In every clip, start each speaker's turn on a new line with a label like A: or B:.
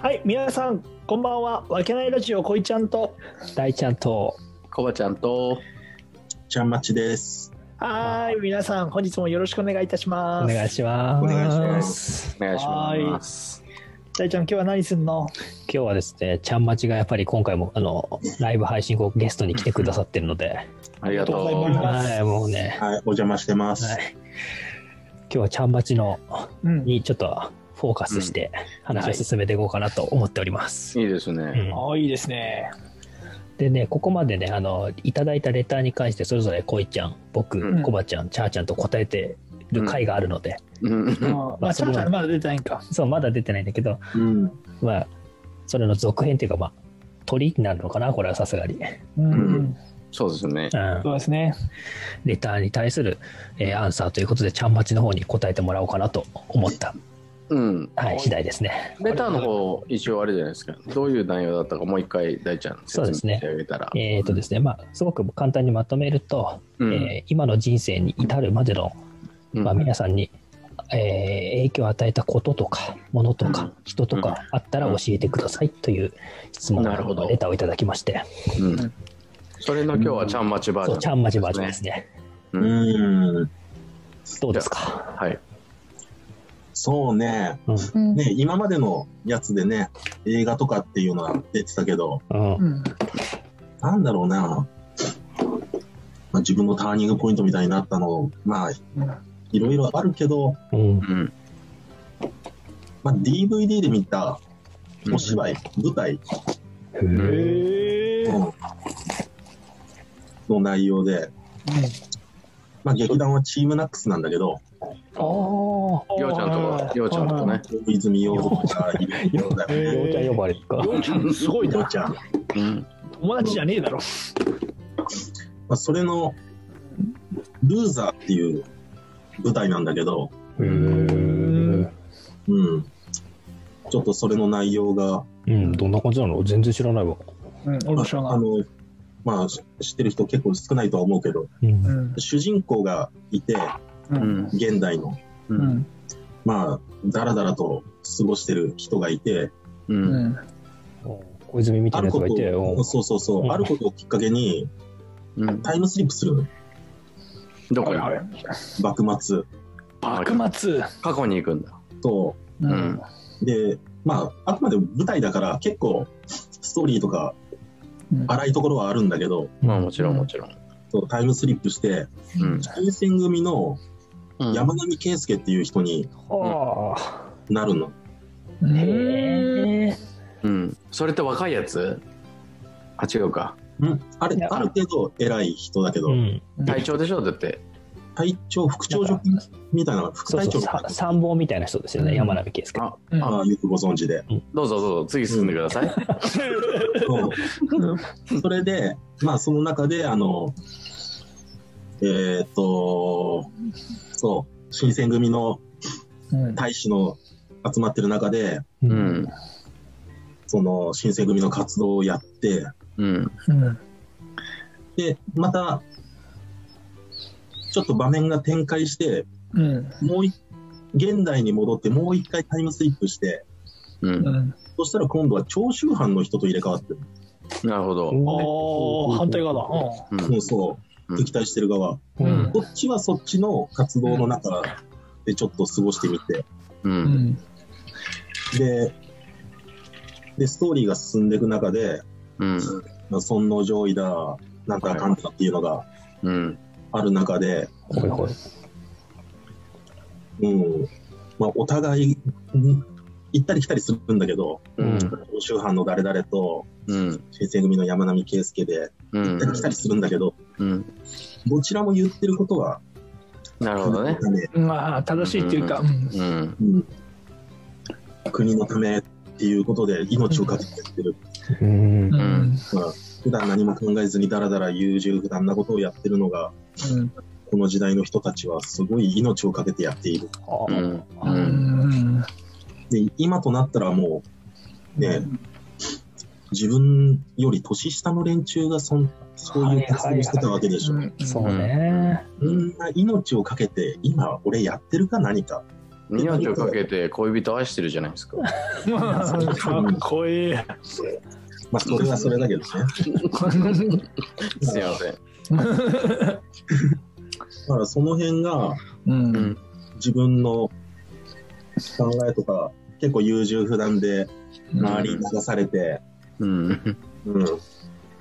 A: はい、皆さん、こんばんは。わけないラジオ、こいちゃんと。
B: 大ちゃんと
C: コバちゃんと
D: ちゃんまちです。
A: はーい、皆さん、本日もよろしくお願いいたし
B: お
A: ます。
B: 願いします。
D: お願いします
C: お願いします。
A: 大ちゃん、今日は何すんの
B: 今日はですね、ちゃんまちがやっぱり今回もあのライブ配信後ゲストに来てくださってるので、
C: ありがとう。
A: ありがとうございます
B: はい、もうね、
D: はい、お邪魔してます。
B: はい今日はちゃんまちの
A: うん。
B: にちょっとフォーカスして話を進めていこうかなと思っております。
C: いいです
B: う
C: ね。
B: ん
A: ああ、いいですね。
B: でね、ここまでね、あの、いただいたレターに関して、それぞれ、こいちゃん、
C: う
B: 僕、
A: ん
B: こばちゃん、ちゃーちゃんと答えてる回があるので、
C: うん
A: まあ、まあ、ち
B: そ
A: ゃ
B: れ
A: ん
B: は
A: ちゃんまだ出てないんか。
B: そう、まだ出てないんだけど、
D: うん。
B: まあ、それの続編っていうか、まあ、鳥になるのかな、これはさすがに。
A: うん。
C: うんそうですね。
B: うん
A: そうですね。
B: レターに対する、えーアンサーということで、ちゃんまちの方に答えてもらおうかなと思った、
C: うん。
B: はい、次第ですね。
C: レターの方、一応あれじゃないですか。どういう内容だったか、もう一回、大ちゃん、説明してあげたら。
B: えっ、とですね、まあ、すごく簡単にまとめると、
C: うん
B: えー今の人生に至るまでの、
C: うん
B: まあ、皆さんに、えー影響を与えたこととか、ものと
C: う
B: か
C: ん、
B: 人とかあったら教えてくださいという質問
C: なるほど
B: のレターをいただきまして、
C: うんそれの今日はちゃんまちバージ
B: そ
C: ョ
B: う、
C: ン。
B: ちゃんまちバージョンですね。
D: うん。
B: どうですか
C: はい。
D: そうね。
B: うん。
A: うん。
D: ね、今までのやつでね、映画とかっていうのは出てたけど、
B: うん
A: うん。
D: なんだろうな。まあ、自分のターニングポイントみたいになったの、まあ、いろいろあるけど、
B: うん
C: うん。
D: まあ、DVD で見たお芝居、舞台
B: へ
A: へえ。
B: ー
A: うん。
D: のの内容で、まあ、劇団はチームナックスなんだけど、
B: あ
C: りょうちゃんとか、りょうちゃんとかね。
D: 大泉洋とか、いろいろだよ
B: あ、
D: ね。
B: ようちゃん呼ばれるか。
A: りょうちゃんすごい
D: りょ
A: な
D: う。ちゃん。
C: うん。
A: 友達じゃねえだろ。
D: まあ、それの「ルーザー」っていう舞台なんだけど、
B: へー
D: うん、ちょっとそれの内容が、
B: うん、どんな感じなの全然知らないわ。
A: うん、俺も知ら
D: あ
A: ない。
D: のまあし知ってる人結構少ないとは思うけど
B: うん
A: うん。
D: 主人公がいて
A: う。
C: うんん。
D: 現代の
C: う。
A: うんん。
D: まあだらだらと過ごしてる人がいて
C: う。
A: うんん。
B: 小泉みた
D: あ
B: いなや
D: る
B: つ
D: こ
B: がいて、
D: とをそうそうそう、
B: うん
D: あることをきっかけに
C: うん。
D: タイムスリップするの
C: どこ
A: はい
C: に
A: はい。
D: 幕末
A: 幕末。
C: 過去に行くんだ。
D: と
A: う
C: うん。
D: でまああくまで舞台だから結構ストーリーとか
A: うん
D: 荒いところはあるんだけど
C: まあもちろんもちろん。
D: そうタイムスリップして
C: うん。
D: 新選組の
C: うん
D: 山上圭介っていう人に
B: あ
D: なるの。
B: あ、
A: ね
B: へえ。
C: うん。それって若いやつあ、違うか。
D: あれ
B: いや
D: ある程度偉い人だけど、
B: うん、
C: 体調でしょだって。
D: 隊長、副長職員みたいな、副
B: そう
D: 隊
B: そ
D: 長
B: う、
D: みたい
B: さ
D: な
B: 参謀みたいな人ですよね、
A: うん
B: 山並圭介。
C: あ、
A: うん
D: まあよくご存知で。
C: どうぞどうぞ、次進んでください。
D: そうそれで、まあ、その中で、あの、えーっと、そう、新選組の
A: うん。
D: 大使の集まってる中で、
B: う
C: う。ん。
D: その新選組の活動をやって、
C: うん。
A: うん。
D: で、また、ちょっと場面が展開して、
A: うん。
D: もうい現代に戻ってもう一回タイムスリップして
C: うん。
A: うん。
D: そしたら今度は長州藩の人と入れ替わってる、
C: なるほど。
A: おー、反対側だ。う
C: う
D: そ
C: ん
D: うそ
C: うん
D: う敵対してる側、
B: う
A: うんん。
D: こっちはそっちの活動の中でちょっと過ごしてみて
C: うん。
A: うんん。
D: ででストーリーが進んでいく中で
C: うん。
D: まあ尊王攘夷だなんかかんだっていうのが
C: うん。
D: ある中で、
B: ほいほい。
D: うんまあ、お互いうん行ったり来たりするんだけど
C: うん。
D: 長州藩の誰々と
C: うん。
D: 新選組の山並圭介で
C: う
D: 行
C: ん
D: った。り来たりするんだけど、
C: うん。
D: どちらも言ってることは、
C: なるほどね。
A: まあ、正しいっていうか、うん。
C: うん。
D: うん国のためっていうことで命を懸けてやってる、
B: うん
A: う。
C: ん
A: ん。
D: 普段何も考えずにだらだら優柔不断なことをやってるのが、この時代の人たちはすごい命を懸けてやっている。
B: あ
C: う
B: ー
C: ん。
A: う
C: うん
A: ん。
D: で、今となったらもう、ね、自分より年下の連中がそんそういう活動をしてたわけでしょ。
B: そうね。
D: みんな命を懸けて、今俺やってるか何か。
C: 命をかけて恋人愛してるじゃないですか。
A: かっこいい。
D: まあ、それはそれだけどね。
C: すいません。
D: だからその辺が
E: う。
C: うんん。
D: 自分の考えとか、結構優柔不断で周りに流されて、
C: うん。
D: うん。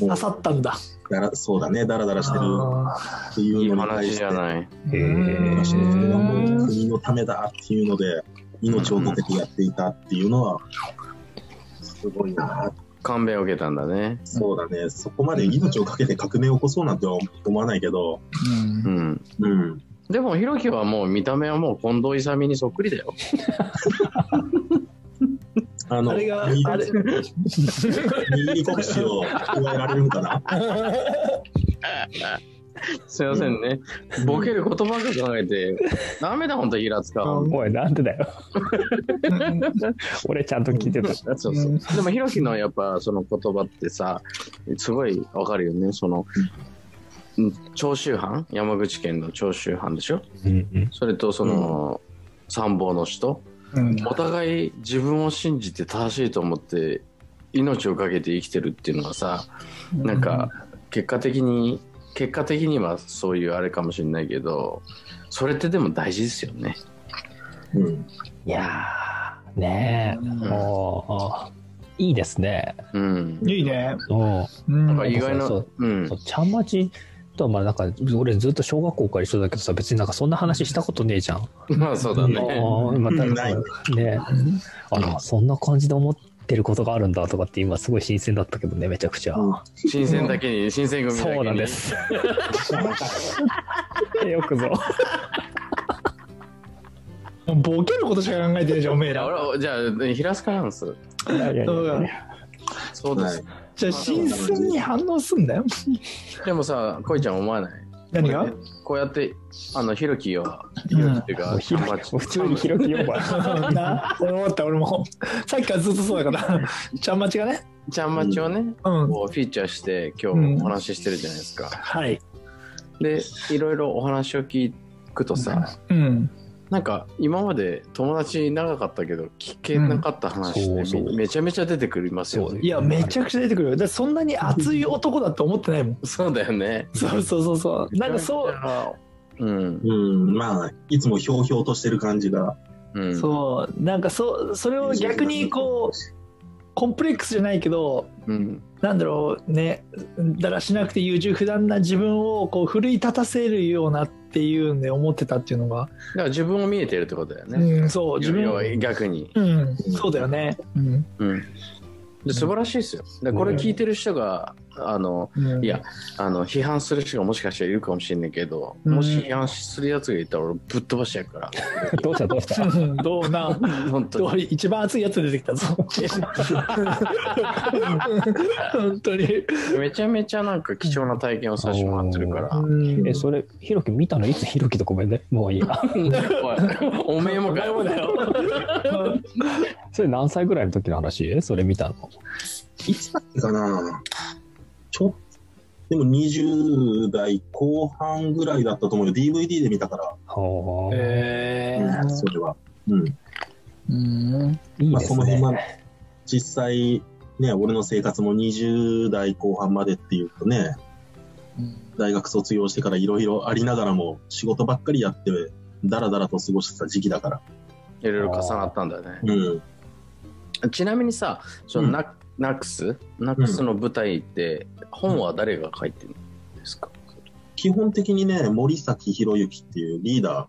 D: も
A: あさったんだ。
D: うだら、そうだね、ダラダラしてる
A: あ
D: ってい
C: いうい
D: のに対
C: 話
D: して
C: じゃ、ない。
B: へ
E: うん
D: それ
B: え。
D: はもう国のためだっていうので、命をかけてやっていたっていうのは、すごいな。
C: 勘弁を受けたんだね。
D: そうだね、そこまで命をかけて革命を起こそうなんては思わないけど、
E: うん
C: うん。
D: うん。
C: でも、ひろきはもう見た目はもう近藤勇にそっくりだよ。
D: あ
A: ー
D: の、
A: あれが、
D: 右
A: あれ、
D: 右に国士を加えられるか な
C: すいませんね。ボケることばっか考えて、ダメだ、ほんと、平塚。
E: うん
B: おい、なんでだよ。 俺ちゃんと聞いてた。
C: そうそう。でも、ひろきのやっぱその言葉ってさ、すごいわかるよね。その、うん長州藩山口県の長州藩でしょ
B: うん
C: それとその、参謀の人
E: うん
C: お互い自分を信じて正しいと思って命を懸けて生きてるっていうのはさなんか結果的に結果的にはそういうあれかもしれないけどそれってでも大事ですよね
D: うん。
B: いやー、ねえ。
C: ん
B: もう、いいですね。
C: うん
E: いいね。
B: うん。
E: うん
C: なんか意外な
B: そううんそうちゃんまちとはまあなんか俺ずっと小学校から一緒だけどさ別になんかそんな話したことねえじゃん。
C: まあそうだね
B: あーまた
D: ない
B: ねあのそんな感じで思ってることがあるんだとかって今すごい新鮮だったけどねめちゃくちゃ。
C: 新鮮だけに新鮮組だけに
B: そうなんです。よくぞ。
A: ボケることしか考えてないじゃん、おめえ
C: いや
A: ら。
C: 俺じゃあ平塚なんです
A: そうだ
C: そうです、
A: じゃあ、新鮮に反応すんだよ。
C: でもさこいちゃん思わない
A: 何が
C: こうやってあのひろきはひろきっていうか、
B: もうひろ
C: ちゃんまち
B: 普通に広き呼ば
A: な俺も思った、俺も。さっきからずっとそうだから。ちゃんまちがね。
C: ちゃんまちをね、
A: うん。
C: こうフィーチャーして今
A: うん
C: 日お話ししてるじゃないですか。
A: はい。
C: でいろいろお話を聞くとさ、
A: うん。
C: なんか今まで友達長かったけど聞けなかった話って
B: うん
C: め,、
B: そうそう
C: ちゃめちゃ出てくりますよね。
A: いや、めちゃくちゃ出てくるよ。だってそんなに熱い男だと思ってないもん。
C: そうだよね。
A: そうそうそうそう。なんかそう、
C: う。うん。
D: うん、まあ、いつもひょうひょうとしてる感じが。
C: うん、
A: そう、なんかそう、それを逆にこう、コンプレックスじゃないけど、
C: うん。
A: なんだろうね、だらしなくて優柔不断な自分をこう奮い立たせるようなっていうんで思ってたっていうのが、
C: だから自分を見えてるってことだよね。
A: うん、そう、自
C: 要は
A: 分、
C: 逆に。
A: うん、そうだよね。うん、
C: うん。で素晴らしいですよ。でこれ聞いてる人が、あの、
A: うん、
C: いや、あの、批判する人がもしかしたらいるかもしれないけど、
A: うん
C: もし批判するやつがいたら俺ぶっ飛ばしてやるから。
B: どうしたどうした
A: うん、どうな、
C: 本当
A: ど
C: に。
A: う一番熱いやつ出てきたぞ。本当に。
C: めちゃめちゃなんか貴重な体験をさせてもらってるから。
A: うん
B: えそれひろき見たのいつひろきとごめんねもういいや。
C: おいおめえもかよ。
B: それ何歳ぐらいの時の話それ見たの
D: いつだっけかなちょっでも20代後半ぐらいだったと思うよ。DVD で見たか
B: はあ、
A: え
D: ら、うん、それは。うん。
E: うん。
B: いい
D: まあ、
B: で
D: そ
B: す
D: の辺
B: ね。
D: は、実際、ね、俺の生活も20代後半までっていうとね、大学卒業してからいろいろありながらも仕事ばっかりやって、だらだらと過ごしてた時期だから。
C: いろいろ重なったんだね。
D: うん。
C: ちなみにさ、そのナ,、ナックスナックスの舞台って本は誰が書いてるんですか、
D: 基本的にね、森崎博之っていうリー
C: あ
D: ダ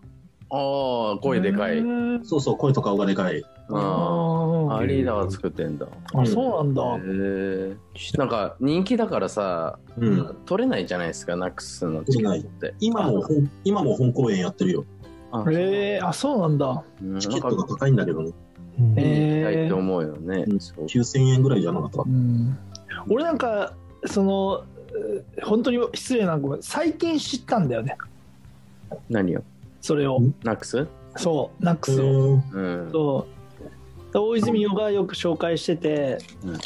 C: あ、声でかい。うん
D: ー、そうそう、声と顔がでかい。
C: あ
A: あ
C: ーリーダーが作ってんだ。へ
A: あ、そうなんだ。
C: え。なんか人気だからさ、
D: うん。
C: 取れないじゃないですか、ナックスのチケットって。
D: 今も本、今も本公演やってるよ。
C: あ
A: えー、あ、そうなんだ。
C: うんなん
D: チケッ
C: か
D: トが高いんだけどね。
B: うん
C: 見に行きたいって思うよね。
D: うん
C: そう
D: 9000円ぐらいじゃなかったかな
E: うん。
A: 俺なんか、その、えー本当に失礼なごめん最近知ったんだよね。
C: 何よ
A: それを。
D: ん
C: ナックス
A: そう、ナックスを。
D: うん
C: うん。
A: そう。大泉洋がよく紹介してて、
C: うん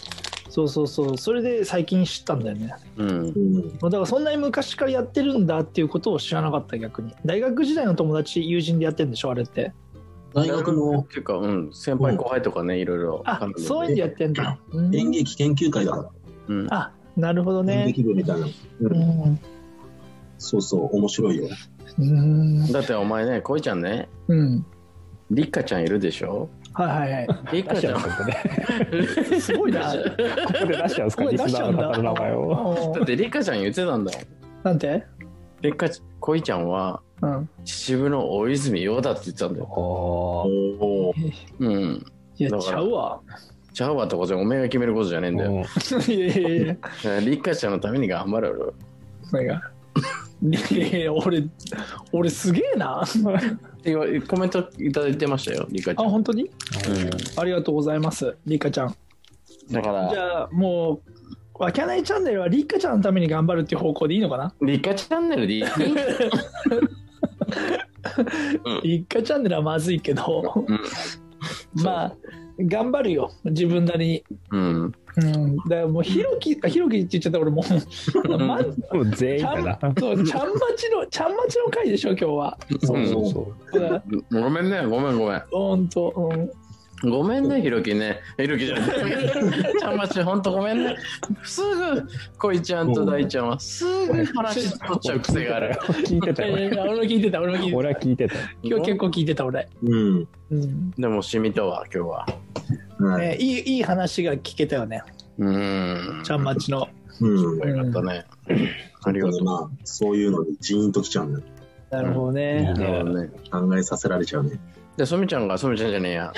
A: そうそうそう、それで最近知ったんだよね。
C: うん。
D: うん。
A: だからそんなに昔からやってるんだっていうことを知らなかった逆に。大学時代の友達、友人でやってるんでしょ、あれって。
D: 大学の
C: っていうか、うん、先輩後輩とかね、いろいろ
A: あ
C: 彼女で
A: そういうんでやってんだ、うん
D: 演劇研究会だか
C: うん
A: あなるほど
D: ら、演
A: ね
D: 劇部みたいな、う、
A: うんん
D: そうそう面白いよ
A: うん
C: だってお前ね、こいちゃんね、
E: うん。
C: りっかちゃんいるでしょ
A: はいはいは
C: りっか
B: 出し
C: ち
B: ちゃ
C: ゃ
B: うんん。ですかね。
A: いすごいな
B: ここで出しちゃうんですか、
A: 声
B: リ
A: 出
B: ス
A: しち
B: ナ
A: ゃ
B: ー
A: うん
B: の
A: だ
B: 方の名前を。
A: お
C: だっ
A: ー
C: てりっかちゃん言ってたんだもん。
A: なんて
C: りっかち、こいちゃんは
E: うん。
C: 秩父の大泉洋だって言ってたんだよ。
B: おー
D: おー
C: うん。
A: いや
C: だから
A: ちゃうわ
C: ちゃうわとかじゃ、お前が決めることじゃねえんだよ。
B: うん
A: いやいやいや
C: だからりっかちゃんのために頑張れよ。
A: それがいやいや俺俺すげえな
C: って言わコメントいただいてましたよ、りっかち
A: あ
C: ゃん。
A: 本当にありがとうございますリカちゃん
C: だか
A: じゃ
C: ら、
A: あもうわきゃないチャンネルはリカちゃんのために頑張るっていう方向でいいのかな
C: りっかチャンネルでい い
A: リカチャンネルはまずいけど
C: うん
A: まあ頑張るよ自分なりに
C: うん。
A: うん、だからもうひろき、あひろきって言っちゃった俺もう、ま、ち
B: もう全員
A: ゃ
B: だな。
A: ん、そう、ちゃんまちの、ちゃんまちの回でしょ、今日は。
B: そうそうそう。
A: うん
C: ごめんね、ごめんごめん。
A: ほんと、うん、
C: ごめんね、ひろきね。ひろきじ ゃない。ちゃんまち、ほんとごめんね。すぐ、こいちゃんと大ちゃんは、すぐ話取っちゃう癖がある。
B: 聞いてたよ。
A: えー俺も聞いてた、俺も聞いてた。
B: 俺は聞いてた。
A: 今日結構聞いてた、俺。
D: うん
A: うん、
C: でも、しみたわ、今日は。
D: はい、
A: えーいい、いい話が聞けたよね、
C: うーん。
A: ちゃんまちの。
D: うん
C: よかったね。ありがとう。
D: まあそういうのにジーンときちゃうね
A: なるほどね。
C: なるほどね。
D: 考えさせられちゃうね
C: で、そみちゃんが、そみちゃんじゃねえや。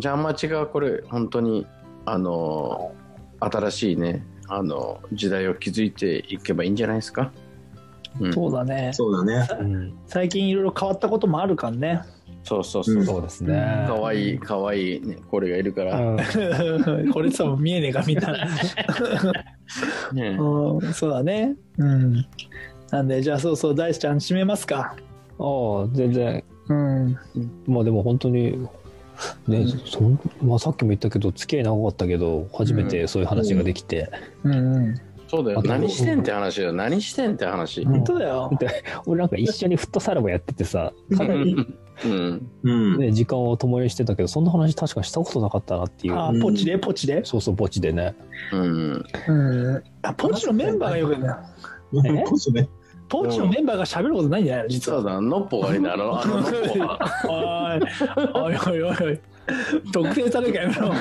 C: ちゃんまちが、これ、本当に、あのー、新しいね、あのー、時代を築いていけばいいんじゃないですか。うん
A: そうだね。
D: そうだ ね
B: うん
A: 最近いろいろ変わったこともあるから ね。
C: そうそうそう。
B: そうですね。
C: かわいい、かわいい、ね、これがいるから。
B: うん
A: これさ、もう見えねえか、みたいな。
C: ね
A: うん、そうだね。うん。なんで、じゃあ、そうそう、大志ちゃん、締めますか。
B: ああ全然
A: うん。
B: まあでも本当にね、そんまあ、さっきも言ったけど付き合い長かったけど初めてそういう話ができて、
A: うんうん。
C: そうだよ。
B: あと
C: 何してんって話だよ。何してんって話。
B: ん
A: 本当だよ。
B: 俺なんか一緒にフットサルもやっててさか
C: う
B: なり、
C: ん。うん
D: うん、
B: ね、時間を共にしてたけどそんな話確かしたことなかったなっていう
A: あポチでポチで、
B: そうそう墓地でね
C: うん。
A: うん、あポチのメンバーがよくない
B: え
D: こ そね
A: ポチのメンバーが喋ることないんじゃないの実
C: そう
A: は
C: だ、ノッポがいいんだろ。あのノッ ポは。
A: おいおいおいおい特定されるからや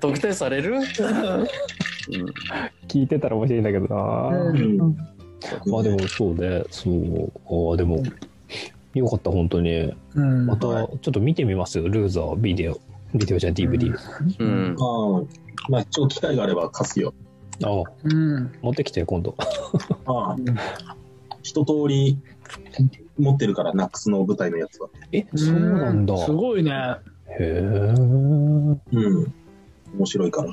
C: 特定される
A: めろ
B: 聞いてたら面白いんだけどな、
A: うん
D: うん
B: まあでもそうねそうああでもよかった本当に
A: うん
B: またちょっと見てみますよルーザービデオビデオじゃん DVD、
A: うん
C: うん。
D: ああまあ一応機会があれば貸すよ
B: ああ
A: うん
B: 持ってきて今度
D: ああ一通り持ってるからナックスの舞台のやつは
B: えそうなんだ
A: すごいね
B: へえ
D: うん面白いから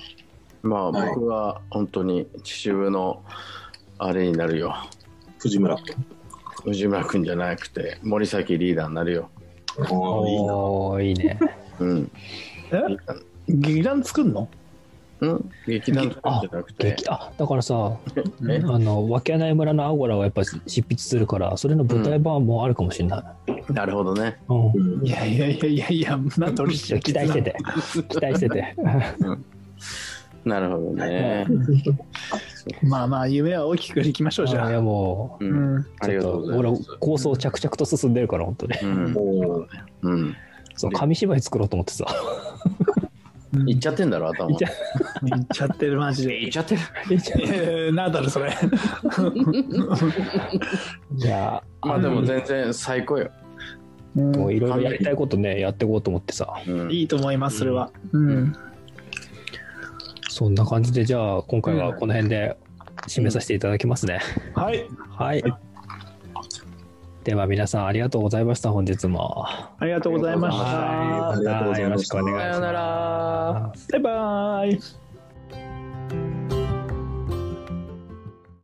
C: まあ、
D: はい
C: 僕は本当に秩父のあれになるよ。
D: 藤村君
C: 藤村君じゃなくて、森崎リーダーになるよ。
D: ああいいな
B: おーいいね
C: うん。
A: え劇団作んの
C: うん、劇団とかじゃなくて
B: 劇、あだからさ
C: え
B: あのわけない村のアゴラはやっぱ執筆するからそれの舞台版もあるかもしれない、
C: なるほどね。
B: うん
D: うん
A: いやいやいやいやいやなんで俺
B: 期待してて期待してて
C: なるほどね。
A: まあまあ夢は大きくいきましょうじ
B: あい
A: ゃあ
B: やもう
C: う。
A: うんん
C: ありがとうござい
B: 俺
C: ます。
B: 構想着々と進んでるから本当に
C: うん。
D: おー
C: うん。
B: そう紙芝居作ろうと思ってさ
C: 行っちゃってんだろ、頭。
B: 行っちゃ
A: いっちゃってるマジで
C: 行っちゃってる。
A: えーなんだろうそれ
B: じゃ
C: まあでも全然最高よ。
B: あもういろいろやりたいことねやっていこうと思ってさ
C: うん
A: いいと思いますそれは
E: うん。
B: そんな感じでじゃあ今回はこの辺で締めさせていただきますね、
A: はい
B: はい。では皆さんありがとうございました。本日も。
A: ありがとうございました
D: ありがとうござ
B: よ
D: いました
B: ろしくお願いします。
C: さようなら
A: バイバイ